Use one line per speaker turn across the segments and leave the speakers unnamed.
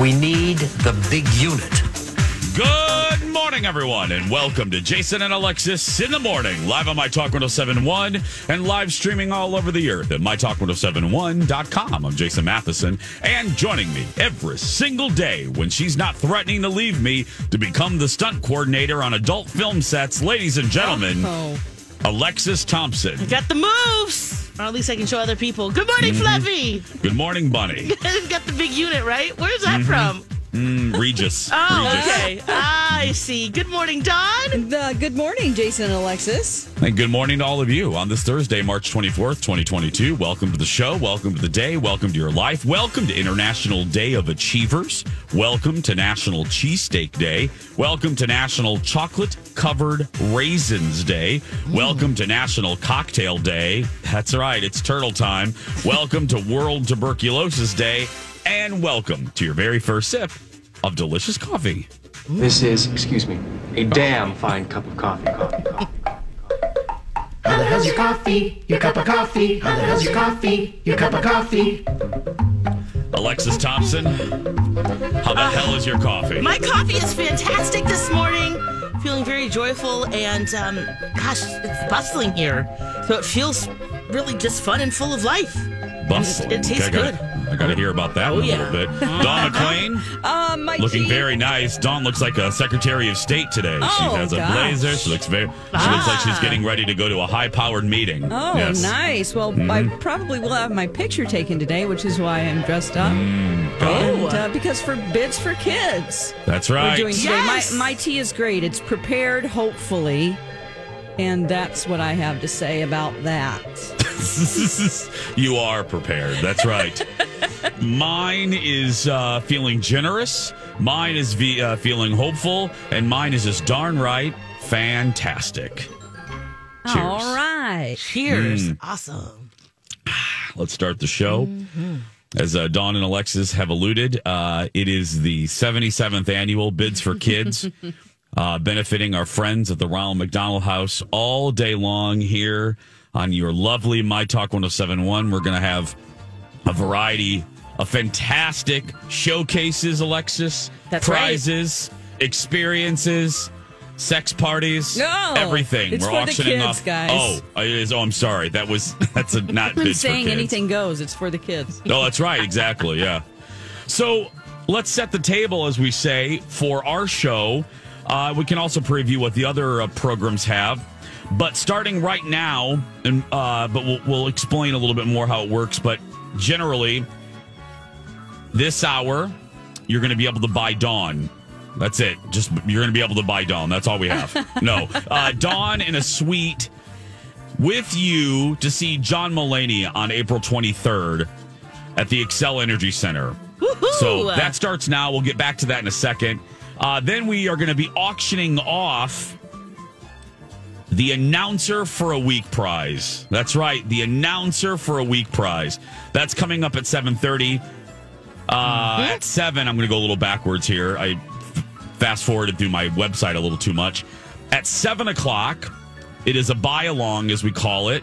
We need the big unit.
Good morning, everyone, and welcome to Jason and Alexis in the morning, live on My Talk 1071 and live streaming all over the earth at MyTalk1071.com. I'm Jason Matheson, and joining me every single day when she's not threatening to leave me to become the stunt coordinator on adult film sets, ladies and gentlemen, Alexis Thompson.
Got the moves. Or at least I can show other people. Good morning,
Mm-hmm.
Fluffy.
Good morning, Bunny.
Got the big unit, right? Where's that
Mm-hmm.
from?
Mm, Regis.
Oh,
Regis.
okay. I see. Good morning, Don.
The good morning, Jason and Alexis.
And good morning to all of you on this Thursday, March 24th, 2022. Welcome to the show. Welcome to the day. Welcome to your life. Welcome to International Day of Achievers. Welcome to National Cheesesteak Day. Welcome to National Chocolate Covered Raisins Day. Welcome to National Cocktail Day. That's right, it's turtle time. Welcome to World Tuberculosis Day. And welcome to your very first sip of delicious coffee.
This is, excuse me, a damn fine cup of coffee. Coffee, coffee.
How the hell's your coffee? Your cup of coffee? How the hell's your coffee? Your cup of coffee?
Alexis Thompson, how the hell is your coffee?
My coffee is fantastic this morning. Feeling very joyful and, um, gosh, it's bustling here. So it feels really just fun and full of life.
bustling.
It tastes
I gotta, I got to hear about that in
Oh,
a
yeah.
little bit. Dawn McClain,
Um, my
looking
tea-
very nice. Dawn looks like a Secretary of State today.
Oh,
she has a
gosh. Ah.
blazer. She looks very. She looks like she's getting ready to go to a high-powered meeting.
Oh, nice. Well,
Mm-hmm.
I probably will have my picture taken today, which is why I'm dressed up.
Mm. Oh.
And, uh, because for bids for kids,
That's
we're
right.
doing today.
Yes!
My, my tea is great. It's prepared, hopefully. And that's what I have to say about that.
you are prepared. That's right. mine is uh, feeling generous. Mine is ve- uh, feeling hopeful, and mine is just darn right fantastic. Cheers.
All right.
Cheers.
Mm.
Awesome.
Let's start the show. As uh, Dawn and Alexis have alluded, uh, it is the 77th annual Bids for Kids, uh, benefiting our friends at the Ronald McDonald House all day long here on your lovely My Talk 1071. We're going to have a variety of fantastic showcases, Alexis,
That's right.
prizes, experiences. Sex parties,
No,
everything.
it's
We're
for the
auctioning
kids,
off.
guys.
Oh, it is. Oh, I'm sorry. That was that's a, not
I'm
bids for
saying
kids.
anything goes. It's for the kids.
Oh, that's right. Exactly. Yeah. So let's set the table, as we say, for our show. Uh, we can also preview what the other uh, programs have. But starting right now, and uh, but we'll, we'll explain a little bit more how it works. But generally, this hour, you're going to be able to buy Dawn. That's it. Just you're going to be able to buy Dawn. That's all we have. no, uh, Dawn in a suite with you to see John Mulaney on April 23rd at the Excel Energy Center. So that starts now. We'll get back to that in a second. Uh, then we are going to be auctioning off the announcer for a week prize. That's right, the announcer for a week prize. That's coming up at 7:30. Uh, At seven, I'm going to go a little backwards here. I f- fast forwarded through my website a little too much. At seven o'clock, it is a buy along, as we call it,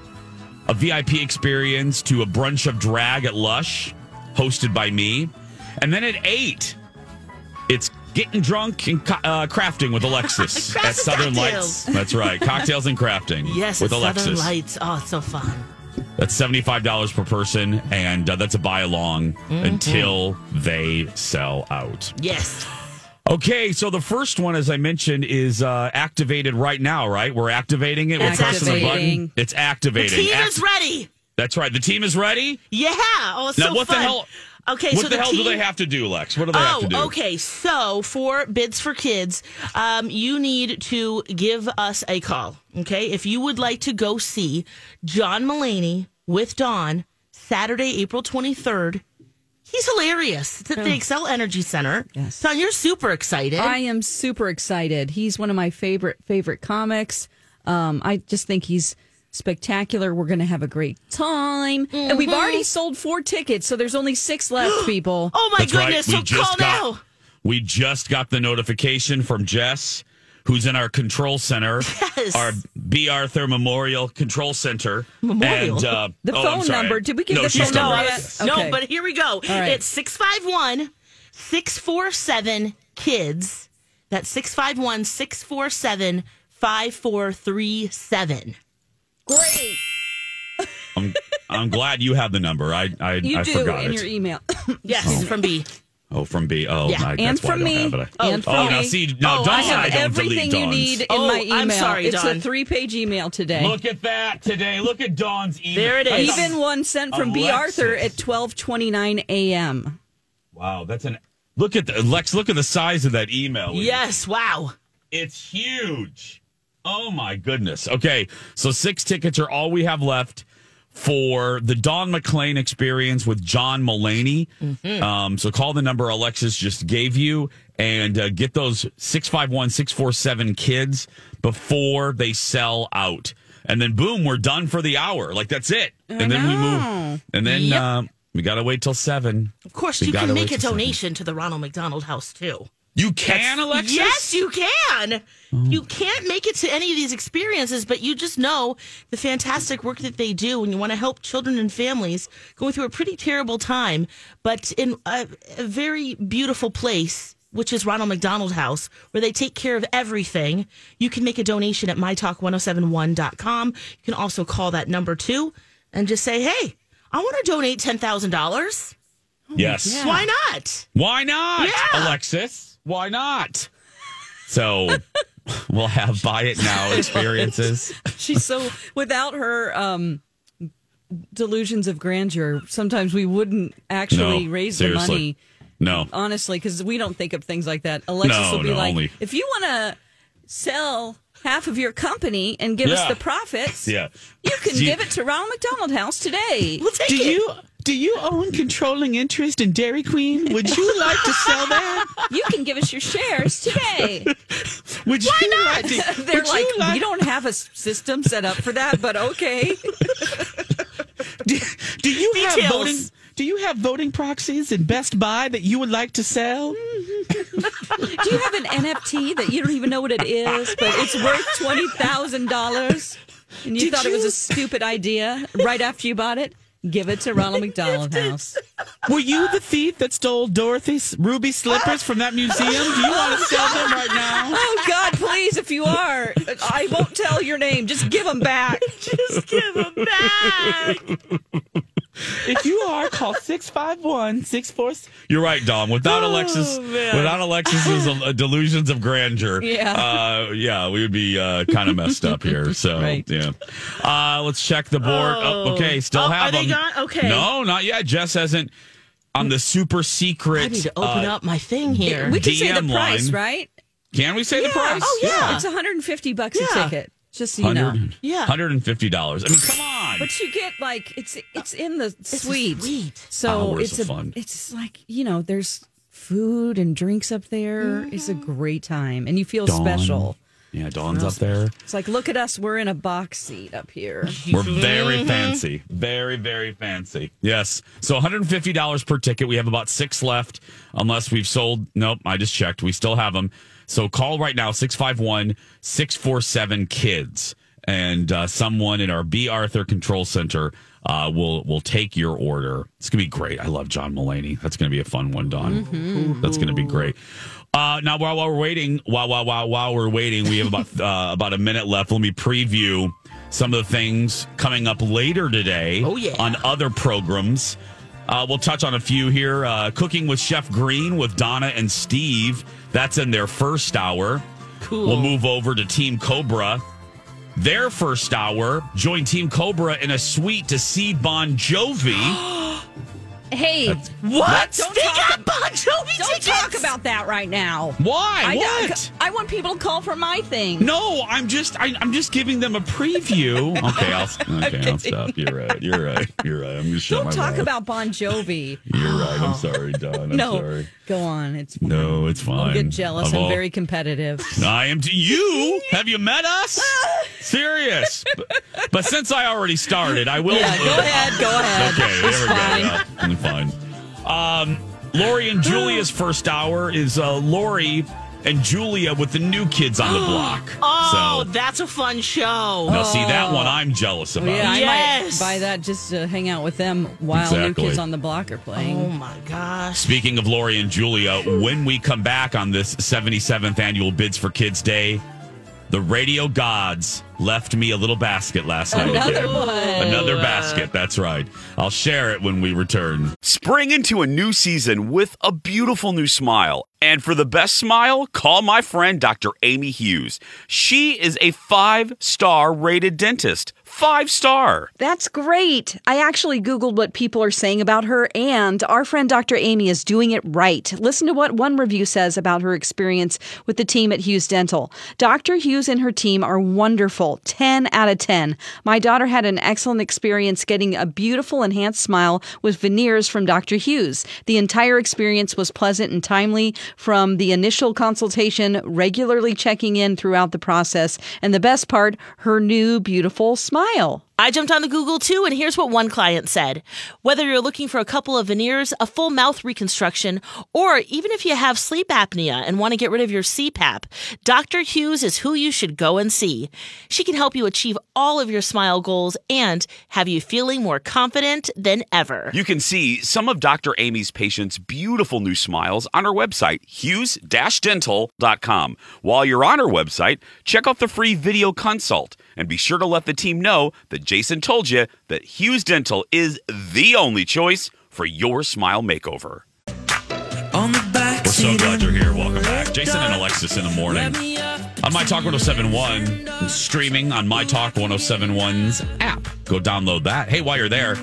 a VIP experience to a brunch of drag at Lush, hosted by me. And then at eight, it's getting drunk and co- uh, crafting with Alexis at
Crafts and
Southern
cocktails.
Lights. That's right, cocktails and crafting
Yes,
with
it's
Alexis.
Southern Lights. Oh, it's so fun.
That's $75 per person, and uh, that's a buy along
Mm-hmm.
until they sell out.
Yes.
Okay, so the first one, as I mentioned, is uh, activated right now, right? We're activating it. We're pressing the button.
Activating.
It's activating.
Team
Act-
is ready.
That's right. The team is ready.
Yeah. Oh, it's
Now,
so
what the
fun.
hell-
Okay,
what
so
the, hell do
team-
they have to do, Lex? What do they have
Oh,
to do?
okay. So for bids for kids, um, you need to give us a call. Okay, if you would like to go see John Mullaney with Dawn Saturday, April twenty third. He's hilarious. It's at the Excel Energy Center.
Oh. Yes.
Don, you're super excited.
I am super excited. He's one of my favorite favorite comics. Um, I just think he's spectacular. We're going to have a great time, and we've already sold four tickets, so there's only six left. people,
oh my
That's right.
goodness!
We
So
just
call
got-
now.
We just got the notification from Jess, who's in our control center,
Yes.
our B. Arthur Memorial Control Center.
Memorial?
And, uh,
The
oh, I'm
phone
sorry.
number. Did we give
no,
the
she's still-
phone number
No,
Right.
it's-
Okay.
no, but here we go.
right.
It's 651 647 kids. That's 651 647 5437.
great!
I'm, I'm glad you have the number. I I,
You
I
do
forgot
in
it.
your email,
Yes, from B.
oh, from B. Oh,
Yeah.
I, that's
and
why
from
I don't
me,
have it. I-
and
oh,
from
now
me.
see, now
Oh,
Dawn,
I
I,
have
don't
everything
delete
you
Dawn's.
need in
Oh,
my
I'm
email.
sorry,
it's
Dawn.
a three-page email today.
Look at that today. Look at Dawn's email.
There it is.
Even one sent from B.
Alexis.
Arthur at twelve twenty nine a.m.
Wow, that's an look at the Lex. Look at the size of that email.
Yes, wow.
It's huge. Oh my goodness. Okay, so six tickets are all we have left for the Don McLean experience with John Mullaney.
Mm-hmm.
Um, so call the number Alexis just gave you and uh, get those 651 647 kids before they sell out. And then boom, we're done for the hour. Like that's it. and then we move. And then
Yep.
uh, we got to wait till seven.
Of course,
We
you
gotta
can
wait
make a
a second.
donation to the Ronald McDonald House, too.
You can, Alexis?
Yes, you can. You can't make it to any of these experiences, but you just know the fantastic work that they do, and you want to help children and families going through a pretty terrible time, but in a, a very beautiful place. Which is Ronald McDonald House, where they take care of everything. You can make a donation at mytalk1071.com. You can also call that number too and just say, hey, I want to donate $10,000.
Yes.
Why not?
Why not,
Yeah.
Alexis? Why not? So we'll have buy it now experiences.
She's so without her um, delusions of grandeur. Sometimes we wouldn't actually
No,
raise
seriously.
the
No.
money, honestly, because we don't think of things like that. Alexis
No,
will be
no,
like,
only-
if you want to sell half of your company and give us
Yeah.
the profits,
Yeah.
you can
Do you-
give it to Ronald McDonald House today.
We'll take it.
do you own controlling interest in Dairy Queen? Would you like to sell that?
you can give us your shares today.
Would Why you not? like to,
They're like, we don't have a s- system set up for that, but okay.
do, do you
Details.
have voting? Do you have voting proxies in Best Buy that you would like to sell?
Do you have an NFT that you don't even know what it is, but it's worth twenty thousand dollars, and you thought it was a stupid idea right after you bought it? Give it to Ronald McDonald House.
Were you the thief that stole Dorothy's ruby slippers from that museum? Do you want to sell them right now?
Oh God, please! If you are, I won't tell your name. Just give them back.
Just give them back.
If you are, call 651 646.
You're right, Dom. Without Alexis, without Alexis's uh, delusions of grandeur,
Yeah.
uh, yeah, we would be uh, kind of messed up here. So,
Right.
yeah. Uh, let's check the board. Oh, okay, still
Oh, are
have
they
them.
gone? Okay.
No, not yet. Jess hasn't. On the super secret.
I need to open
uh,
up my thing here.
We can say the
DM
price,
line.
right?
Can we say the price?
Oh yeah,
Yeah.
it's one hundred and fifty bucks
Yeah.
a ticket. Just so you know,
Yeah.
hundred and fifty dollars. I mean, come on.
but you get like it's it's in the
is
suite.
sweet.
So
Hours
it's
of
a
fun.
it's like you know there's food and drinks up there. It's a great time, and you feel
Dawn.
special.
Yeah, Dawn's up there.
It's like look at us, we're in a box seat up here.
We're very fancy, Mm-hmm. very very fancy. Yes. So one hundred and fifty dollars per ticket. We have about six left, unless we've sold. Nope. I just checked. We still have them. So call right now 651-647 kids, and uh, someone in our B Arthur Control Center. Uh, will will take your order. It's gonna be great. I love John Mullaney. That's gonna be a fun one, Don. That's gonna be great. Uh, now, while, while we're waiting, while, while, while, while we're waiting, we have about uh, about a minute left. Let me preview some of the things coming up later today
Oh, yeah.
on other programs. Uh, we'll touch on a few here. Uh, Cooking with Chef Green with Donna and Steve. That's in their first hour.
Cool.
We'll move over to Team Cobra. Their first hour, join Team Cobra in a suite to see Bon Jovi.
Hey,
What?
Don't
they
talk
got
ab-
Bon Jovi
don't
tickets.
talk about that right now.
Why?
I, don't-
what?
I want people to call for my thing.
No, I'm just I, I'm just giving them a preview. Okay, I'll okay, I'll stop. You're right. You're right. You're right. I'm gonna shut
don't
my
talk
mouth.
about Bon Jovi.
You're right. I'm sorry, Don. I'm
no,
sorry.
go on. It's fine.
No, it's fine.
Don't get jealous.
Of
I'm
all-
very competitive.
I am to you. Have you met us? Serious. But, but since I already started, I will.
Yeah, go ahead. Go ahead.
Okay,
It's
there we go.
fine.
Yeah, I'm fine. Um, Lori and Julia's first hour is uh, Lori and Julia with the new kids on the block.
Oh,
so
that's a fun show.
now see that one I'm jealous about.
Oh. Yeah,
Yes.
I might buy that just to hang out with them while
Exactly.
new kids on the block are playing.
Oh my gosh.
Speaking of Lori and Julia, when we come back on this 77th annual Bids for Kids Day, the radio gods left me a little basket last night.
Another
again.
one.
Another basket, that's right. I'll share it when we return.
Spring into a new season with a beautiful new smile. And for the best smile, call my friend Dr. Amy Hughes. She is a five star rated dentist. Five star.
That's great. I actually Googled what people are saying about her, and our friend Dr. Amy is doing it right. Listen to what one review says about her experience with the team at Hughes Dental. Dr. Hughes and her team are wonderful, 10 out of 10. My daughter had an excellent experience getting a beautiful enhanced smile with veneers from Dr. Hughes. The entire experience was pleasant and timely from the initial consultation, regularly checking in throughout the process, and the best part, her new beautiful smile.
I jumped on the Google too, and here's what one client said. Whether you're looking for a couple of veneers, a full mouth reconstruction, or even if you have sleep apnea and want to get rid of your CPAP, Dr. Hughes is who you should go and see. She can help you achieve all of your smile goals and have you feeling more confident than ever.
You can see some of Dr. Amy's patients' beautiful new smiles on her website, hughes dental.com. While you're on her website, check out the free video consult and be sure to let the team know that Jason told you that Hughes Dental is the only choice for your smile makeover.
On the back
We're so glad you're here. Welcome back. Jason and Alexis in the morning. On My Talk 1071, and streaming on My Talk 1071's app. Go download that. Hey, while you're there,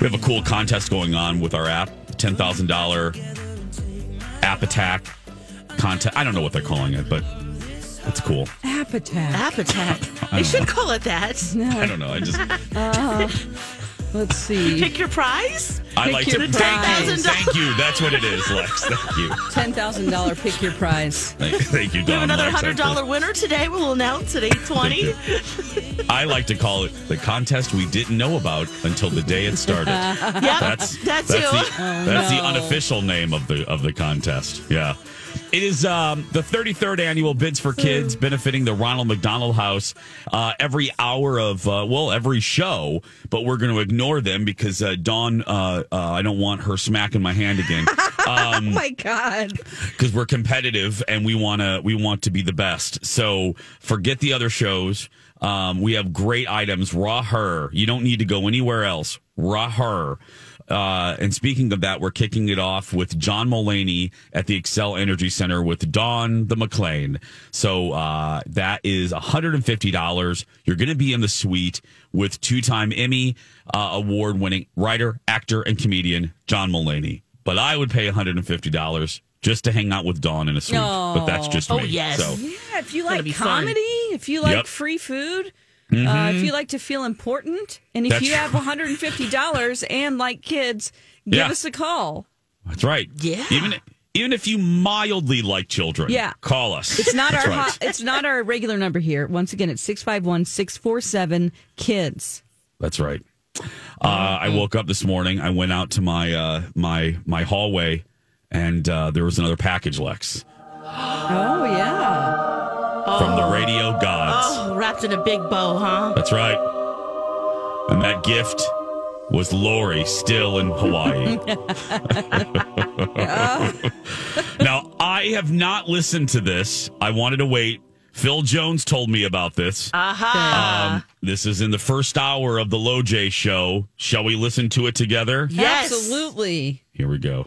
we have a cool contest going on with our app $10,000 app attack contest. I don't know what they're calling it, but it's cool.
App attack.
App attack.
I don't know.
They should call it that.
I don't know. I just,
Let's see.
Pick your prize.
I
Pick
like to
your
thank you.
prize.
Thank you. That's what it is, Lex. Thank you.
Ten thousand dollar pick your prize.
Thank, thank you, Don.
We have another
Lex. I
hundred dollar winner today. We'll announce at eight twenty.
I like to call it the contest we didn't know about until the day it started.
Yep,
That's
that
that's
too.
the, that's the
no.
unofficial name of the of the contest. Yeah. It is um, the 33rd annual Bids for Kids benefiting the Ronald McDonald House. Uh, every hour of, uh, well, every show, but we're going to ignore them because uh, Dawn, uh, uh, I don't want her smacking my hand again. Uh, Um,
oh my god.
because we're competitive and we want to we want to be the best. So forget the other shows. Um, we have great items. Raw her. You don't need to go anywhere else. Raw her. Uh, and speaking of that, we're kicking it off with John Mullaney at the Excel Energy Center with Dawn the McLean. So uh, that is $150. You're going to be in the suite with two time Emmy uh, award winning writer, actor, and comedian John Mullaney. But I would pay $150 just to hang out with Dawn in a suite. But that's just me.
Oh, yes.
So,
Yeah, if you
Gonna
like
be
comedy,
fun.
if you like
Yep. Mm-hmm.
free food, uh, if you like to feel important, and if
That's-
you have one hundred and fifty dollars and like kids, give
Yeah.
us a call.
that's right.
Yeah.
Even, even if you mildly like children,
Yeah.
call us.
It's not
That's
our
right.
hot it's not our regular number here. Once again, it's six five one six four seven kids.
That's right. Uh, I
Mm-hmm.
woke up this morning. I went out to my uh, my my hallway, and uh, there was another package, Lex,
Oh yeah.
from
Oh.
the radio gods.
Oh, wrapped in a big bow, huh?
That's right. And that gift was Lori still in Hawaii. now I have not listened to this. I wanted to wait Phil Jones told me about this.
Ah.
Aha.
Um, this is in the first hour of the LoJ show. Shall we listen to it together?
yes.
Absolutely.
Here we go.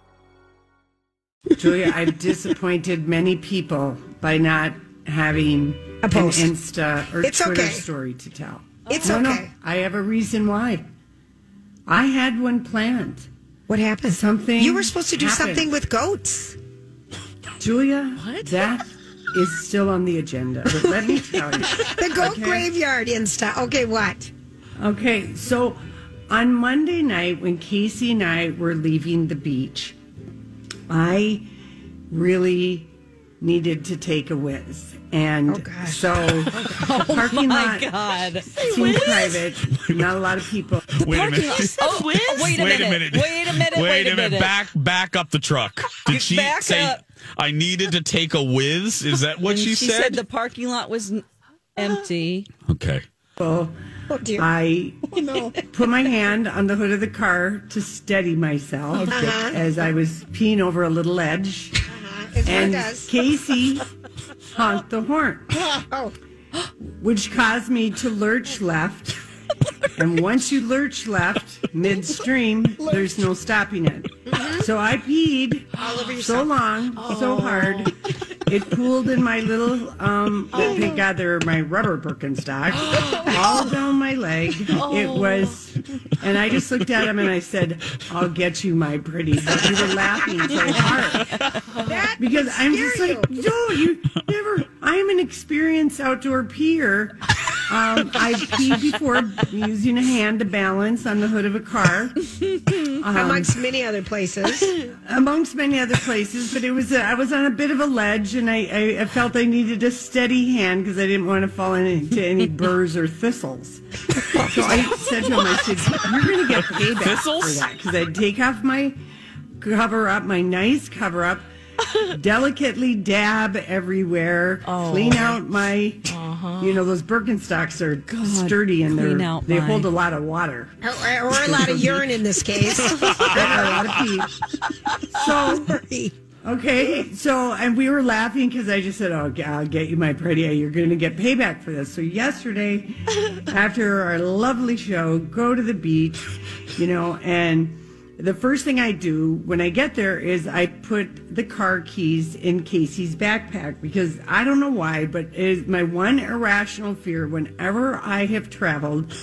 Julia, I've disappointed many people by not having
A
an
post.
Insta or
It's
Twitter
okay.
story to tell.
It's
no, No,
okay.
I have a reason why. I had one planned. What happened? Something.
You were supposed to do
happened.
something with goats.
Julia, what? that is still on the agenda. But let me tell you.
The goat graveyard Insta. Okay, what?
Okay, so on Monday night when Casey and I were leaving the beach, I really needed to take a whiz. And so parking
Oh, my
lot
God.
seemed private, not a lot of people.
Wait a minute.
Oh, wait a minute. Wait a minute.
Wait, a minute. Back back up the truck. Did she
Back
say
up.
I needed to take a whiz? Is that what
And
she,
said? the parking lot was n- empty.
okay.
people, I put my hand on the hood of the car to steady myself
Okay. Uh-huh.
as I was peeing over a little edge.
It's what it
and
does.
Casey honked the horn,
Oh,
which caused me to lurch left. and once you lurch left midstream, there's no stopping it. So I peed
Mm-hmm. all over
so
yourself. Oh.
long, so hard. It pooled in my little, um,
Oh.
thank God they were my rubber Birkenstocks, all down my leg. It
Oh.
was, and I just looked at him and I said, I'll get you, my pretty. But you were laughing so hard.
That
Because
would
I'm
scare
just like,
you.
no, you never, I'm an experienced outdoor peer. Um, I peed before using a hand to balance on the hood of a car
amongst many other places.
amongst many other places, but it was a, I was on a bit of a ledge, and I, I, I felt I needed a steady hand because I didn't want to fall into any burrs or thistles. So I said to him, I said, "You're going to get payback
Thistles?
for that because I'd take off my cover up, my nice cover up." Delicately dab everywhere.
Oh.
Clean out my, you know, those Birkenstocks are sturdy and
Uh-huh. clean
they're,
out
they
my-
hold a lot of water.
Or, or a lot of urine in this case.
a lot of pee. So Okay, so and we were laughing because I just said, "Oh, I'll get you, my pretty. You're going to get payback for this." So yesterday, after our lovely show, go to the beach, you know, and the first thing I do when I get there is I put the car keys in Casey's backpack because I don't know why, but it is my one irrational fear whenever I have traveled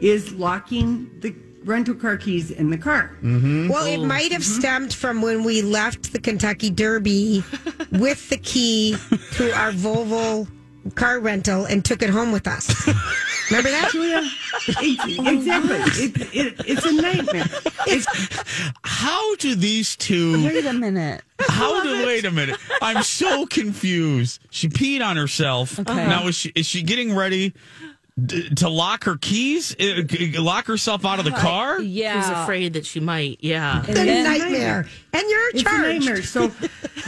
is locking the rental car keys in the car.
Well, it might have stemmed from when we left the Kentucky Derby with the key to our Volvo car rental and took it home with us. Remember that?
Julia, it- exactly. It, it, it's a nightmare. It's,
How do these two
Wait a minute.
How do wait a minute? I'm so confused. She peed on herself. Now is she is she getting ready d- to lock her keys? Uh, g- Lock herself out of the car?
She was
Uh, Yeah.
afraid that she might. Yeah.
It's a
then-
nightmare. And you're
it's a
charged.
nightmare. So,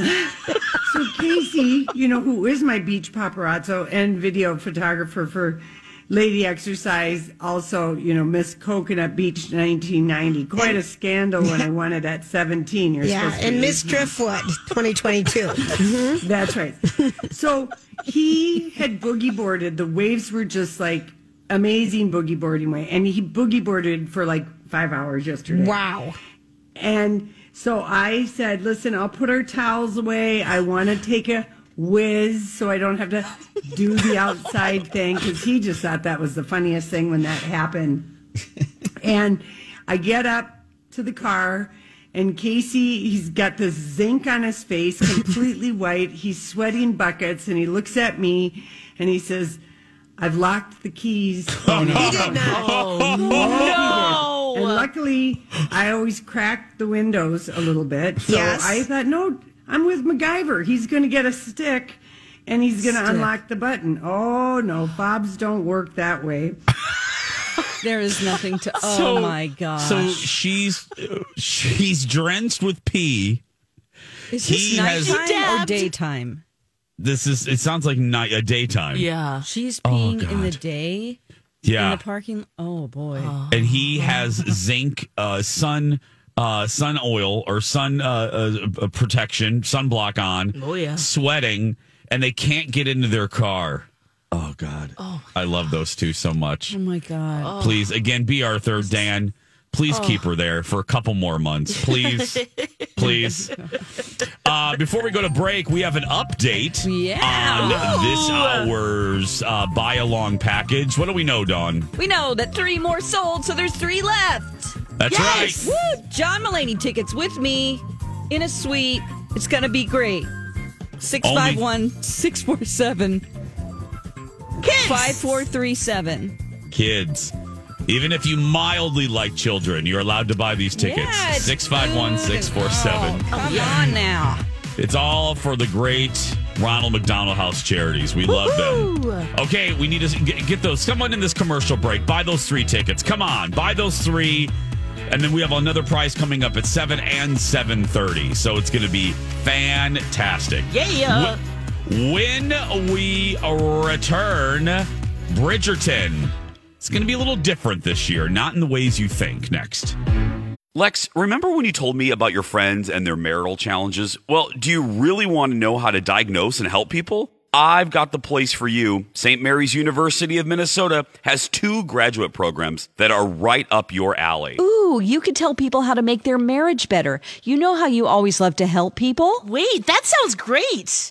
so Casey, you know who is my beach paparazzo and video photographer for Lady Exercise, also you know Miss Coconut Beach 1990. Quite a scandal when I wanted at 17. You're
Yeah,
supposed to
and
be-
Miss Driftwood 2022.
That's right. So he had boogie boarded. The waves were just like amazing boogie boarding way, and he boogie boarded for like five hours yesterday.
Wow.
And so I said, listen, I'll put our towels away. I want to take a whiz so I don't have to do the outside thing because he just thought that was the funniest thing when that happened. And I get up to the car, and Casey, he's got this zinc on his face, completely white. He's sweating buckets, and he looks at me and he says, I've locked the keys. Oh, no.
He did not.
Oh, no. And luckily, I always crack the windows a little bit. So
Yes.
I thought, no, I'm with MacGyver. He's going to get a stick. and he's going to
Stiff.
unlock the button. Oh no, fobs don't work that way.
there is nothing to. Oh
So-
my gosh!
So she's she's drenched with pee.
is
he
this
has-
nighttime or
Dabbed.
daytime?
This is it sounds like night a daytime.
Yeah, she's
Oh,
peeing in the
God.
day.
Yeah.
in the parking. Oh boy.
And he has zinc uh sun uh sun oil or sun uh, uh protection, sunblock on.
Oh, yeah.
Sweating and they can't get into their car. Oh god. Oh, I love those two so much.
Oh my god.
Please again be Arthur Dan. Please
Oh.
keep her there for a couple more months. Please. please. Uh, before we go to break, we have an update on this hour's uh, buy along package. What do we know, Dawn?
Oh. We know that three more sold, so there's three left.
That's
yes! Woo! John Mulaney tickets with me in a suite. It's going to be great. 651 647 5437.
right. Kids, even if you mildly like children, you're allowed to buy these tickets.
Yeah, it's Oh,
Six five one six four seven.
Come on now.
It's all for the great Ronald McDonald House Charities. We love them. Okay, we need to s- get, get those. Someone in this commercial break, buy those three tickets. Come on, buy those three. And then we have another prize coming up at 7 and 7.30. So it's going to be fantastic.
Yeah.
Wh- When we return, Bridgerton. It's going to be a little different this year, not in the ways you think. Next.
Lex, remember when you told me about your friends and their marital challenges? Well, do you really want to know how to diagnose and help people? I've got the place for you. St. Mary's University of Minnesota has two graduate programs that are right up your alley.
Ooh, you could tell people how to make their marriage better. You know how you always love to help people.
Wait, that sounds great.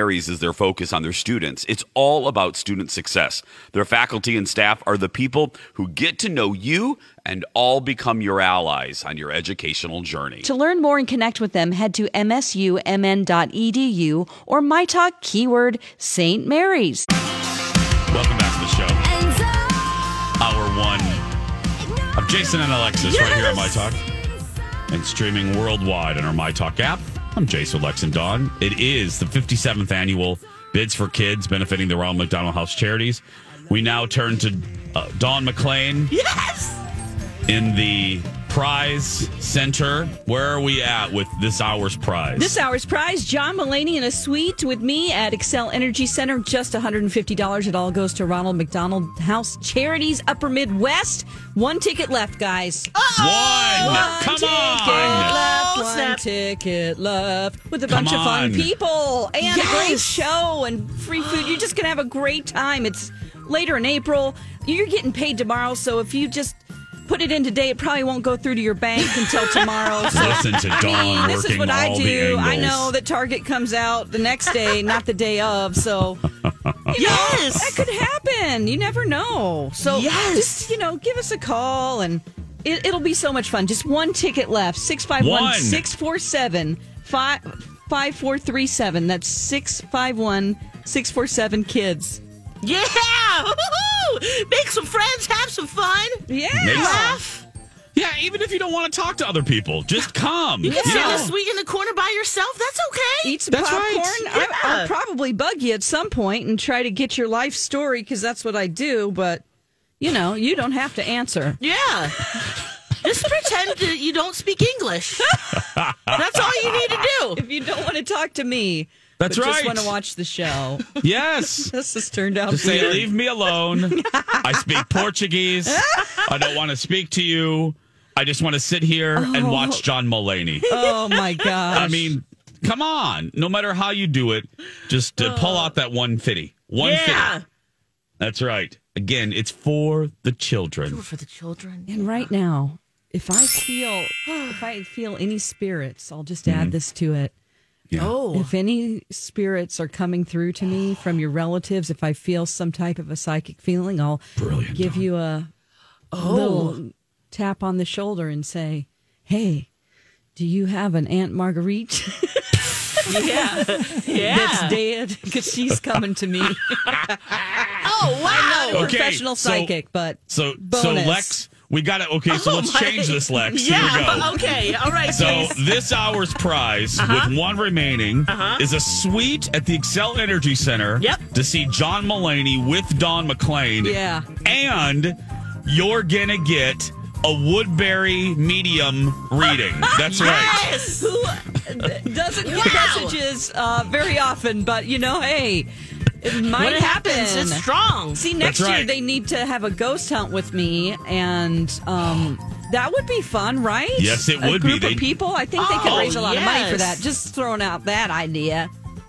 is their focus on their students. It's all about student success. Their faculty and staff are the people who get to know you and all become your allies on your educational journey.
To learn more and connect with them, head to msumn.edu E or my talk keyword St. Mary's.
Welcome back to the show. Hour one of Jason and Alexis right here on My Talk and streaming worldwide on our My Talk app. I'm Jason, Lex, and Dawn. It is the 57th annual Bids for Kids benefiting the Ronald McDonald House Charities. We now turn to uh, Dawn McLean
Yes.
in the prize center. Where are we at with this hour's prize?
This hour's prize, John Mullaney in a suite with me at Excel Energy Center. Just $150. It all goes to Ronald McDonald House Charities Upper Midwest. One ticket left, guys.
One!
Oh, One
Come
ticket
on!
left,
Oh,
one
snap.
ticket left with a
Come
bunch of fun
on.
people and a great
Yes.
show and free food. You're just gonna have a great time. It's later in April. You're getting paid tomorrow, so if you just put it in today, it probably won't go through to your bank until tomorrow. So,
Listen to
I
Dawn
mean, this is
working
what I
all the
do. I
angles.
know that Target comes out the next day, not the day of. So
Yes.
that could happen. You never know. So
Yes.
just you know, give us a call and it, it'll be so much fun. Just one ticket left. 651 647 5437. That's 651 647 kids.
Yeah. Woo-hoo! Make some friends. Have some fun.
Yeah.
Make some-
Laugh.
Yeah, even if you don't want to talk to other people, just come.
You can
You
sit in
know?
a suite in the corner by yourself. That's okay.
Eat some
That's
popcorn.
right.
I,
Yeah.
I'll probably bug you at some point and try to get your life story because that's what I do. But, you know, you don't have to answer.
Yeah. Just pretend that you don't speak English. That's all you need to do.
If you don't want to talk to me,
That's
but
right.
just want to watch the show.
Yes.
this has turned out
Just say,
weird.
leave me alone. I speak Portuguese. I don't want to speak to you. I just want to sit here and watch John Mulaney.
Oh my gosh.
I mean, come on. No matter how you do it, just uh,
Oh.
pull out that one fitty. One
yeah.
fitty. That's right. Again, it's for the children.
For the children.
And right now, if I feel if I feel any spirits, I'll just add this to it.
Mm-hmm. Yeah.
Oh.
If any spirits are coming through to me from your relatives, if I feel some type of a psychic feeling, I'll give you a
Oh.
little tap on the shoulder and say, Hey, do you have an Aunt Marguerite? yeah.
Yeah.
That's dead because she's coming to me.
Oh wow!
a professional psychic, but
so so
bonus.
Lex, we got to okay. So
Oh,
let's
my-
change this, Lex. Here
Yeah,
Oh,
we go.
okay, all right,
So
please.
this hour's prize,
Uh-huh.
with one remaining,
Uh-huh.
is a suite at the Excel Energy Center.
Yep.
To see John Mulaney with Don McLean.
Yeah.
And you're gonna get a Woodbury medium reading. That's right.
Who uh, doesn't get messages uh, very often, but you know, hey, it might
When it
happen.
happens, it's strong.
See, next
That's
year
right.
they need to have a ghost hunt with me, and um, that would be fun, right?
Yes, it
a
would be.
group
They-
Of people, I think they
Oh,
could raise a lot of money for
yes.
that. Just throwing out that idea.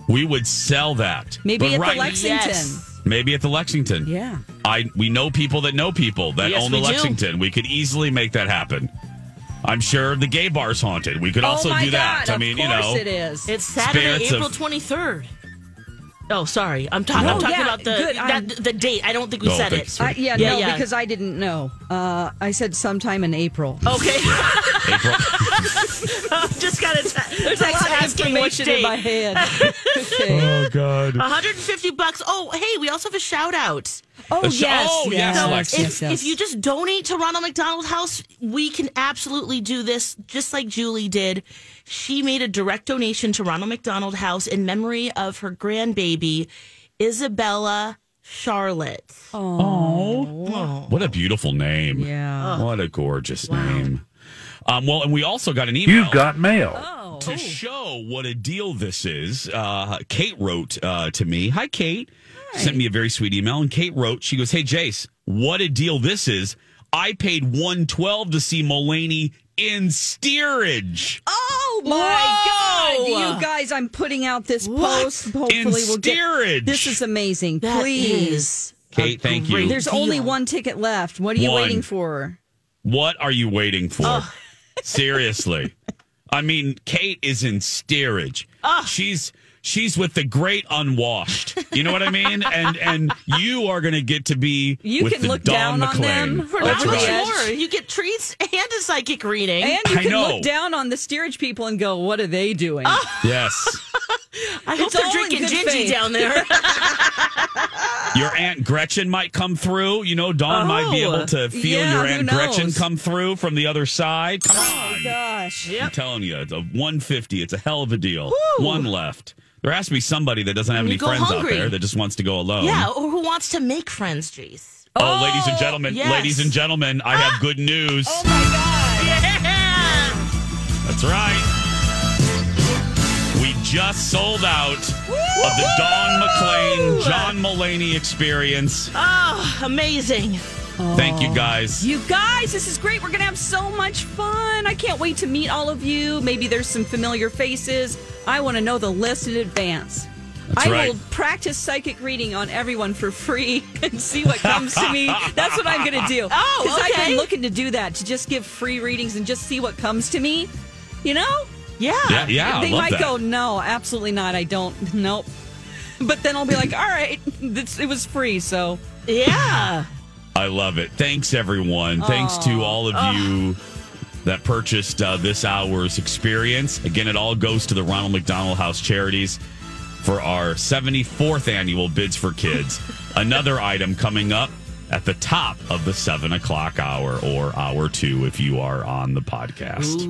We would sell that.
Maybe
But
at
right-
the Lexington.
Maybe at the Lexington.
Yeah.
I we know people that know people that
Yes,
own the
we do.
Lexington. We could easily make that happen. I'm sure the gay bar's haunted. We could also
oh my
do that.
God,
I mean,
of
you know,
course it is. It's Saturday,
spirits
April
of-
twenty third. Oh, sorry. I'm, ta-
No,
I'm talking
yeah,
about the
good, I'm-
that, the date. I don't think we
No, I
said
think
it.
it's right.
I, yeah, no, because I didn't know. Uh, I said sometime in April.
Okay.
April.
I've just got to te-
There's a
text
lot of
asking which
information
date.
in my head. Okay.
Oh God.
150 bucks. Oh, hey, we also have a shout out.
Oh,
A sh- yes, oh, yes,
So
Lex,
if,
yes, yes.
if you just donate to Ronald McDonald House, we can absolutely do this just like Julie did. She made a direct donation to Ronald McDonald House in memory of her grandbaby, Isabella Charlotte.
Oh, what a beautiful name.
Yeah.
What a gorgeous name. Um, well, and we also got an email. You've got mail.
Oh.
To show what a deal this is, uh, Kate wrote uh, to me. Hi, Kate. Sent me a very sweet email. And Kate wrote, she goes, Hey, Jace, what a deal this is. I paid 112 to see Mulaney in steerage.
Oh
my
my
God.
God, you guys! I'm putting out this
What?
post. Hopefully, we'll
steerage.
get. This is amazing.
That
Please,
is-
Kate, thank you.
there's only
deal.
one ticket left. What are you
One.
waiting for?
What are you waiting for? Seriously. I mean, Kate is in steerage. She's she's with the great unwashed. You know what I mean? And and you are going to get to be
You
with
can
the
look
Don
down on
McLean.
them for
That's
How much
right.
right.
more? You get treats and a psychic reading.
And you
I
can
know.
look down on the steerage people and go, "What are they doing?"
Ah!
Yes.
I hope
It's
they're
all in
drinking
good
gingy
faith.
down there.
Your aunt Gretchen might come through. You know, Dawn might be
Oh.
able to feel
Yeah,
your
who
aunt Gretchen
knows?
come through from the other side. Come
Oh
on.
gosh.
I'm telling you, it's a 150. It's a hell of a deal. One left. There has to be somebody that doesn't have
You
any
go
friends
hungry.
out there that just wants to go alone.
yeah, or who wants to make friends, Jace?
Oh, ladies and gentlemen,
yes. Ah. Oh,
ladies and gentlemen, I have good news.
Yeah.
That's right. We just sold out of the Don McLean John Mulaney experience.
Oh, amazing.
Thank you guys.
You guys, this is great. We're going to have so much fun. I can't wait to meet all of you. Maybe there's some familiar faces. I want to know the list in advance.
That's
I
right.
will practice psychic reading on everyone for free and see what comes to me. That's what I'm going to do.
Oh,
Because I've
okay.
been looking to do that, to just give free readings and just see what comes to me. You know?
Yeah.
Yeah, yeah, I
they
love
might
that.
go, no, absolutely not. I don't. Nope. But then I'll be like, all right, this, it was free, so.
Yeah.
I love it. Thanks, everyone. Thanks to all of you that purchased uh, this hour's experience. Again, it all goes to the Ronald McDonald House Charities for our 74th annual Bids for Kids. Another item coming up at the top of the seven o'clock hour or hour two if you are on the podcast.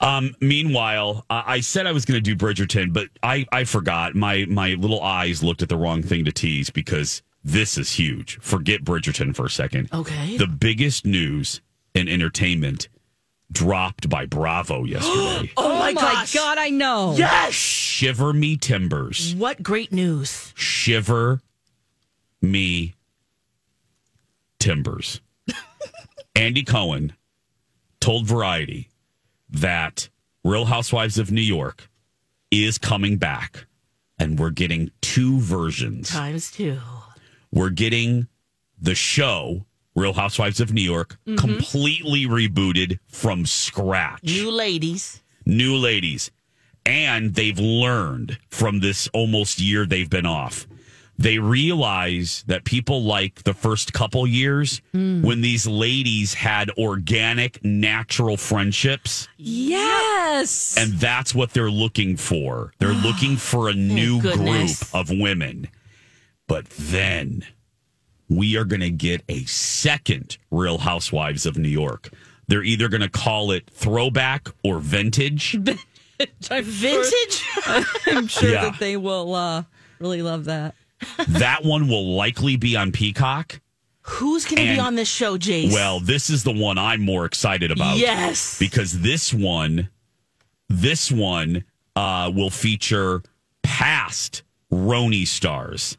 Um, meanwhile, I, I said I was going to do Bridgerton, but I, I forgot. My my little eyes looked at the wrong thing to tease because this is huge. Forget Bridgerton for a second.
Okay.
The biggest news in entertainment dropped by Bravo yesterday.
Oh,
Oh
my,
my,
gosh.
God, I know.
Yes.
Shiver me timbers.
What great news.
Shiver me timbers. Andy Cohen told Variety that Real Housewives of New York is coming back and we're getting two versions.
Times two.
We're getting the show Real Housewives of New York completely rebooted from scratch.
You ladies.
New ladies. and they've learned from this almost year they've been off. They realize that people like the first couple years
Mm.
when these ladies had organic, natural friendships.
Yes.
And that's what they're looking for. They're looking for a new group
goodness.
of women. But then we are going to get a second Real Housewives of New York. They're either going to call it throwback or vintage.
vintage. I'm sure
Yeah.
that they will uh, really love that.
that one will likely be on Peacock.
Who's going to be
And-
on this show, Jace?
Well, this is the one I'm more excited about.
Yes.
Because this one, this one uh, will feature past Roni stars.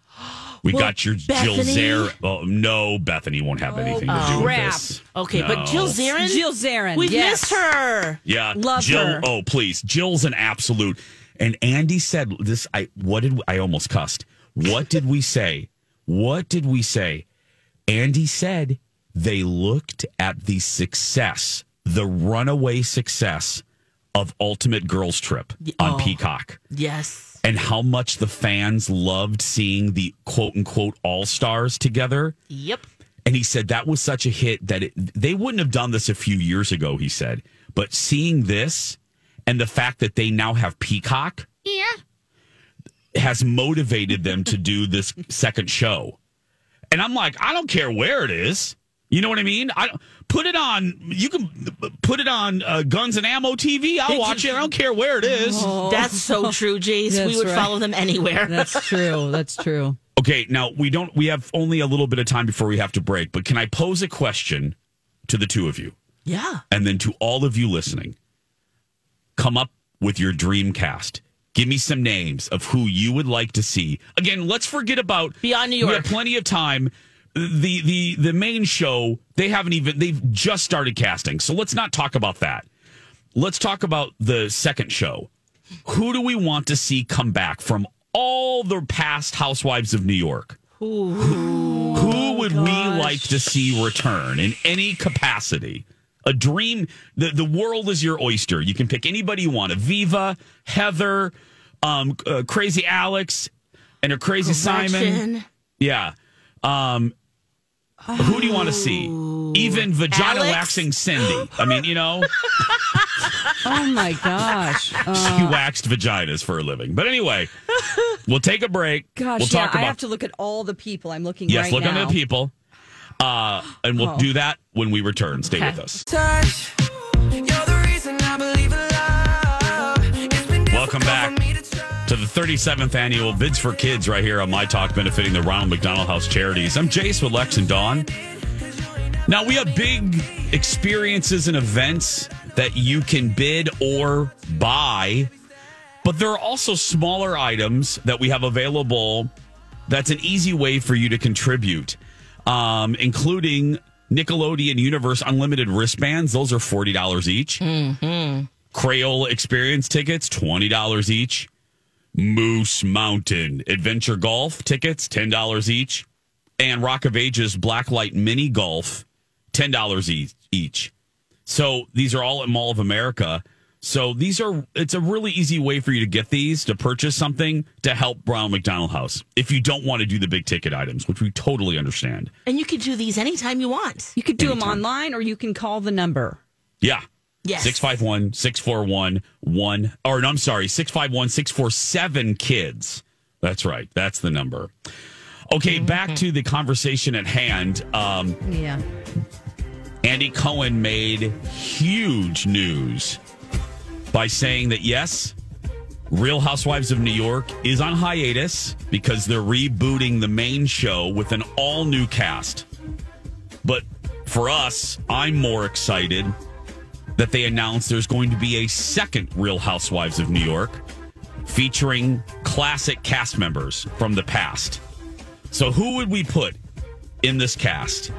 We
Well,
got your Jill
Bethany- Oh,
Zare. Oh, no, Bethany won't have anything to do
crap.
with this.
Okay,
No.
but Jill Zarin?
Jill Zarin.
We've
yes.
missed her.
Yeah,
Love
Jill.
her.
Oh, please, Jill's an absolute. And Andy said this. I what did I almost cussed? What did we say? What did we say? Andy said they looked at the success, the runaway success of Ultimate Girls Trip on
oh.
Peacock,
Yes.
and how much the fans loved seeing the quote unquote all stars together.
Yep.
And he said that was such a hit that it, they wouldn't have done this a few years ago, he said. But seeing this and the fact that they now have Peacock
Yeah.
has motivated them to do this second show. And I'm like, I don't care where it is. You know what I mean? I don't- put it on. You can put it on uh, Guns and Ammo TV. I'll watch it. I don't care where it is.
That's so true, Jace. We
Oh. That's
would
right.
follow them anywhere.
That's true. That's true.
Okay, now we don't we have only a little bit of time before we have to break, but can I pose a question to the two of you?
Yeah.
And then to all of you listening, come up with your dream cast. Give me some names of who you would like to see. Again, let's forget about
Beyond New
We
York.
have plenty of time. The the the main show, they haven't even they've just started casting. So let's not talk about that. Let's talk about the second show. Who do we want to see come back from all the past housewives of New York?
Oh
Who would we like to see return in any capacity? A dream. The, the world is your oyster. You can pick anybody you want. Aviva, Heather, um, uh, Crazy Alex, and her Crazy Simon.
Gretchen.
Yeah. Um, Who do you want to see? Even vagina
Alex?
waxing Cindy. I mean, you know,
Oh my gosh.
she
Uh,
waxed vaginas for a living. But anyway, we'll take a break.
gosh,
we'll
yeah.
talk
I
about
have to look at all the people I'm looking
yes,
right
look
now.
under the people, uh, and we'll
Oh.
do that when we return. Stay with us.
Touch. You're the reason I believe in love. It's been
Welcome back to the 37th annual Bids for Kids right here on My Talk, benefiting the Ronald McDonald House Charities. I'm Jace with Lex and Dawn. Now, we have big experiences and events that you can bid or buy, but there are also smaller items that we have available that's an easy way for you to contribute, um, including Nickelodeon Universe Unlimited wristbands. Those are $40 each. Crayola Experience tickets, $20 each. Moose Mountain Adventure Golf tickets, $10 each. And Rock of Ages Blacklight Mini Golf, $10 each- each. So these are all at Mall of America. So these are, it's a really easy way for you to get these, to purchase something to help Brown McDonald House if you don't want to do the big ticket items, which we totally understand.
And you can do these anytime you want.
You could do them online, or you can call the number.
Yeah.
Yes.
651 641 1 or no, I'm sorry, 651 647 kids. That's right. That's the number. Okay, back to the conversation at hand. Um,
Yeah.
Andy Cohen made huge news by saying that yes, Real Housewives of New York is on hiatus because they're rebooting the main show with an all new cast. But for us, I'm more excited that they announced there's going to be a second Real Housewives of New York featuring classic cast members from the past. So, who would we put in this cast?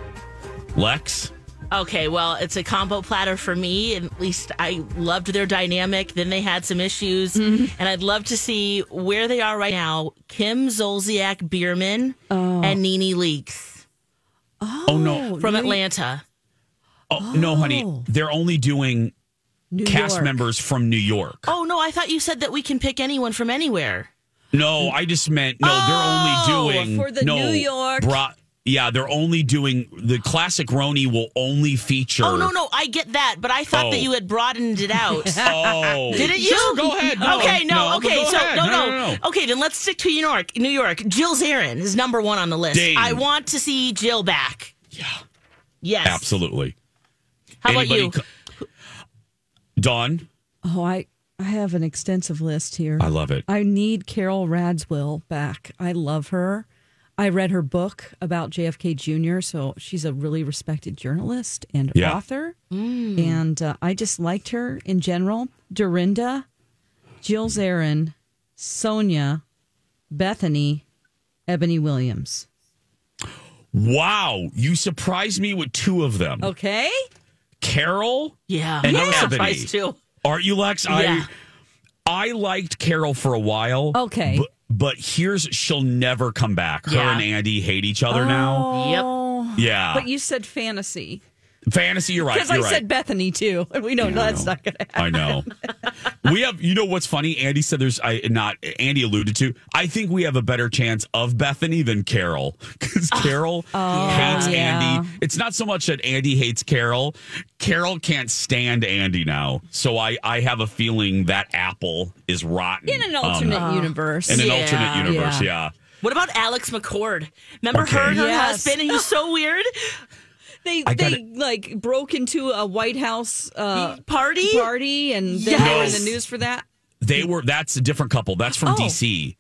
Lex?
Okay, well, it's a combo platter for me. and At least I loved their dynamic. Then they had some issues. And I'd love to see where they are right now. Kim Zolciak Bierman and Nene Leakes
Oh, no.
from Atlanta.
Oh, no, honey. They're only doing
Oh. New
cast
York.
members from New York.
Oh no, I thought you said that we can pick anyone from anywhere.
No, I just meant no. they're only doing
Oh, for the
no,
New York.
bra- yeah, they're only doing the classic Roni will only feature.
Oh no, no, I get that, but I thought
Oh.
that you had broadened it out.
Oh.
didn't you?
Sure, go ahead. No,
okay, no,
no,
okay,
go
so
ahead.
no,
No,
no,
no, no.
Okay, then let's stick to New York. New York. Jill Zarin is number one on the list.
Dang.
I want to see Jill back. Yeah. Yes.
Absolutely.
How about you?
co- Dawn?
Oh, I I have an extensive list here.
I love it.
I need Carol Radswell back. I love her. I read her book about JFK Jr., so she's a really respected journalist and
Yeah.
author. And uh, I just liked her in general. Dorinda, Jill Zarin, Sonia, Bethany, Ebony Williams.
Wow, you surprised me with two of them.
Okay.
Ah. Carol?
Yeah.
And
Yeah.
Ebony.
Surprised too.
Aren't you, Lex?
Yeah.
I I liked Carol for a while.
Okay.
But, but here's she'll never come back. Her
Yeah.
and Andy hate each other now.
Oh.
Yeah.
But you said fantasy.
Fantasy, you're right.
Because
Ah, you're
I
right.
said Bethany too. And we know that's not going to happen.
I know. we have, you know what's funny? Andy said there's, I not, Andy alluded to, I think we have a better chance of Bethany than Carol. Because Carol
Oh,
hates
yeah.
Andy. It's not so much that Andy hates Carol. Carol can't stand Andy now. So I, I have a feeling that apple is rotten.
In an
Um,
alternate
Ah.
universe.
In an
Yeah.
alternate universe,
Yeah.
yeah.
What about Alex McCord? Remember
Okay.
her and her
Yes.
husband? And he's so weird.
They
I
they
gotta-
like broke into a White House uh,
party
party and they were in
Yes.
the news for that.
They were, that's a different couple. That's from
Oh.
DC.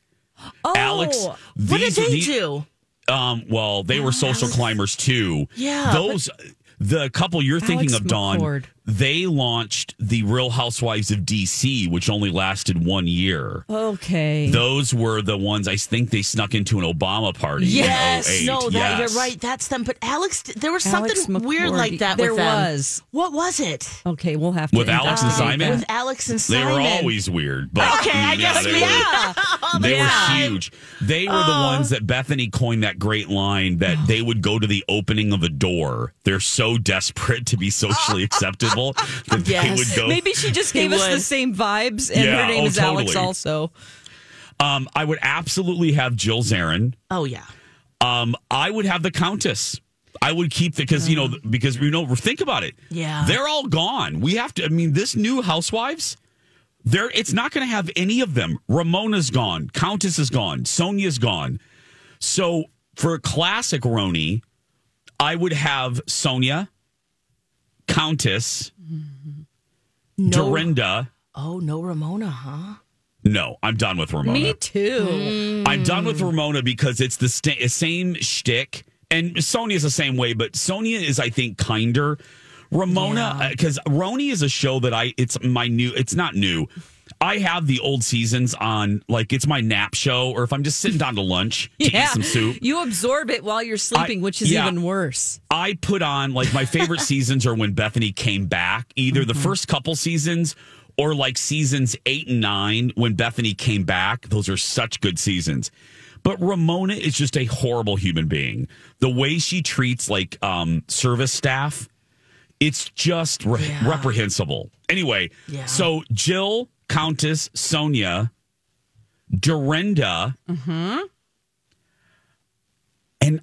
Oh,
Alex,
what did
these-
they
these-
do?
Um, well, they were social climbers too.
Yeah,
Those the couple you're thinking of,
McCord.
Dawn, they launched the Real Housewives of DC, which only lasted one year.
Okay.
Those were the ones I think they snuck into an Obama party. in
Yes,
08.
no, that,
Yes.
you're right. That's them. But Alex, there was
Alex
something weird
McCord.
like that.
There
with them.
was.
What was it?
Okay, we'll have to
With Alex and
investigate
Simon?
that.
With Alex and
They
Simon. Oh,
were always weird, but
Okay, I guess
they
we
were- they were huge. They were
Oh.
the ones that Bethany coined that great line that they would go to the opening of a door. They're so desperate to be socially acceptable that they would go.
Maybe she just
They
gave us the
would.
same vibes, and
Yeah,
her name
oh,
is Alex.
totally.
Also,
Um, I would absolutely have Jill Zarin.
Oh yeah.
Um, I would have the Countess. I would keep the because you know because you know think about it.
Mm. Yeah.
they're all gone. We have to. I mean, this new Housewives. There, it's not going to have any of them. Ramona's gone. Countess is gone. Sonia's gone. So for a classic Roni, I would have Sonia, Countess,
Mm-hmm. No.
Dorinda.
Oh no, Ramona, huh?
No, I'm done with Ramona.
me too.
I'm done with Ramona because it's the st- same shtick, and Sonya's the same way. But Sonia is, I think, kinder. Ramona, because Roni is a show that I it's my new. It's not new. I have the old seasons on, like it's my nap show, or if I'm just sitting down to lunch to eat some soup.
you absorb it while you're sleeping, which is
yeah.
even worse.
I put on like my favorite seasons are when Bethany came back, either the first couple seasons or like seasons eight and nine when Bethany came back. Those are such good seasons. But Ramona is just a horrible human being. The way she treats like um, service staff, it's just re- reprehensible. Anyway,
Yeah.
so Jill, Countess, Sonia, Dorinda,
Mm-hmm.
and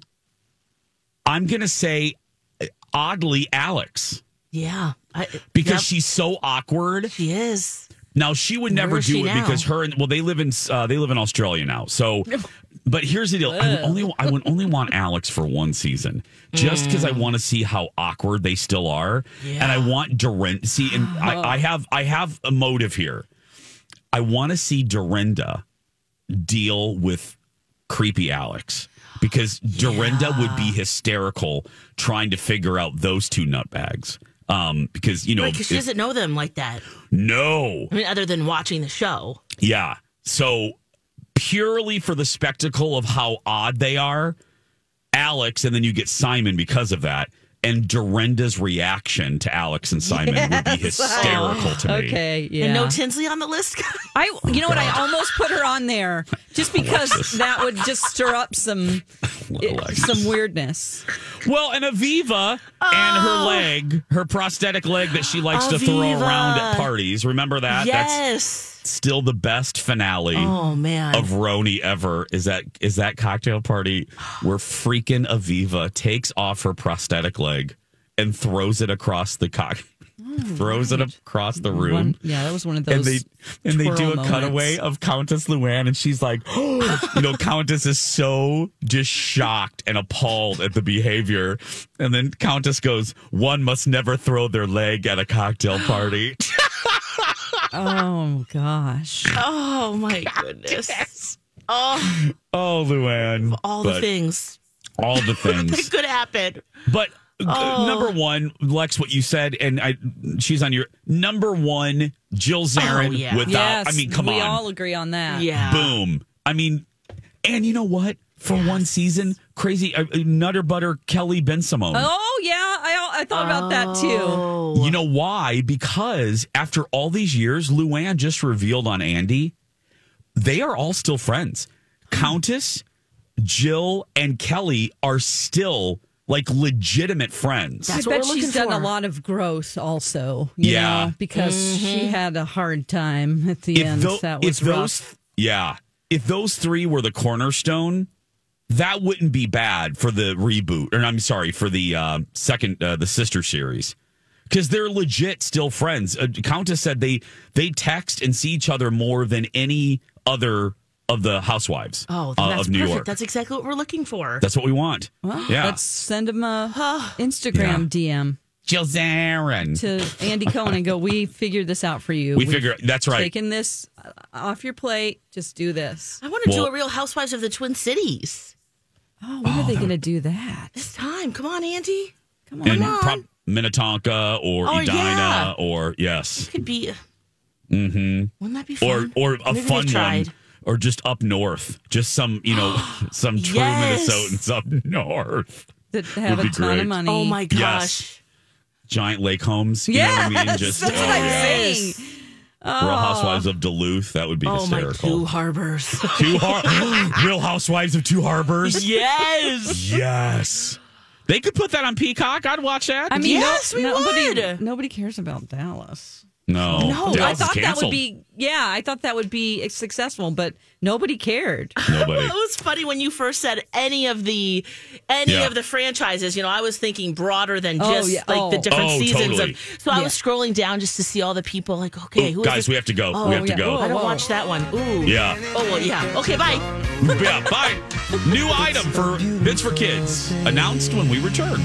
I'm going to say uh, oddly Alex
Yeah. I,
because
yep,
she's so awkward.
She is.
Now she would never
is
do
she
it
now?
because her and well they live in uh, they live in Australia now. So but here's the deal. I would only I would only want Alex for one season just because
Mm.
I want to see how awkward they still are and I want Dorinda see and
Oh.
I, I have I have a motive here. I want to see Dorinda deal with creepy Alex because Dorinda would be hysterical trying to figure out those two nutbags. Um, because you know,
Because she
if-
doesn't know them like that.
no,
I mean, other than watching the show.
yeah. So purely for the spectacle of how odd they are, Alex, and then you get Simon because of that. And Dorinda's reaction to Alex and Simon would be
Yes.
hysterical to me.
Okay, yeah.
And no Tinsley on the list.
I, you know what? I almost put her on there just because that would just stir up some
legs.
Some weirdness.
Well, and Aviva and her leg, her prosthetic leg that she likes to throw
Aviva.
around at parties. Remember that?
Yes.
That's still the best finale
Oh, man.
of Roni ever. Is that is that cocktail party where freaking Aviva takes off her prosthetic leg and throws it across the cock throws it across the room.
Oh One- yeah, that was one of those.
and they and they
twirl
do a
moments.
cutaway of Countess Luann, and she's like, you know, Countess is so just shocked and appalled at the behavior, and then Countess goes, "One must never throw their leg at a cocktail party."
Oh gosh.
Oh my goodness. Oh,
oh, Luann,
all the
But
things
all the
Oh
that
things.
could happen.
But uh,
Oh.
number one, Lex, what you said, and I, she's on your number one, Jill Zarin.
Oh, yeah.
Without, I
Yes,
mean, come
we
on,
all agree on that.
Boom. I mean, and you know what? For one season, crazy uh, uh, Nutter Butter Kelly Ben Simone.
Oh yeah, I I thought about that too.
You know why? Because after all these years, Luann just revealed on Andy, they are all still friends. Countess, Jill, and Kelly are still like legitimate friends.
I bet she's done a lot of growth also. you
Yeah.
know, because she had a hard time at the end.
tho-
that was
if
rough.
those yeah if those three were the cornerstone that wouldn't be bad for the reboot or i'm sorry for the uh, second uh, the sister series because they're legit still friends uh, countess said they they text and see each other more than any other of the housewives
Oh,
uh,
then that's
of new
perfect.
york
That's exactly what we're looking for.
that's what we want
Well,
yeah
Let's send him a Instagram DM
jill zarin
to Andy Cohen and go, we figured this out for you.
We
We've
figure- that's right.
Taking this uh, off your plate. Just do this.
I want to
Well-
do a Real Housewives of the Twin Cities
Oh, when are they going to do that?
this time. Come on, Andy. Come on.
and prob- minnetonka or
Oh,
edina
yeah.
or yes
could be.
mm-hmm
Wouldn't that be fun?
or or a
Maybe
fun
they've
one,
tried.
or just up north, just some you know some true
Yes.
Minnesotans up north.
That they have
Would
a
be
ton
great.
of money.
Oh my gosh.
Yes. Giant lake homes. You know what I mean?
Yes,
Just
that's
oh,
what I'm
yeah.
saying. Oh.
Real Housewives of Duluth. That would be
Oh my two
hysterical.
harbors.
two har- Real Housewives of Two Harbors.
yes.
Yes. They could put that on Peacock. I'd watch that.
I mean, no-
Yes, we
nobody,
would.
nobody cares about Dallas.
no,
No,
Dallas
I
is
thought that would
canceled.
be yeah. I thought that would be successful, but nobody cared.
nobody.
Well, it was funny when you first said any of the any
Yeah.
of the franchises. You know, I was thinking broader than
Oh,
just
yeah.
like the
Oh.
different
Oh,
seasons
totally.
of. So I was scrolling down just to see all the people. Like, okay,
Ooh,
who is
guys,
this? Oh,
we have to go. We have to
yeah.
go.
I don't
Whoa.
watch that one. Ooh.
Yeah.
Oh well, yeah. Okay, bye.
yeah, bye. New item for Bits for Kids announced when we return.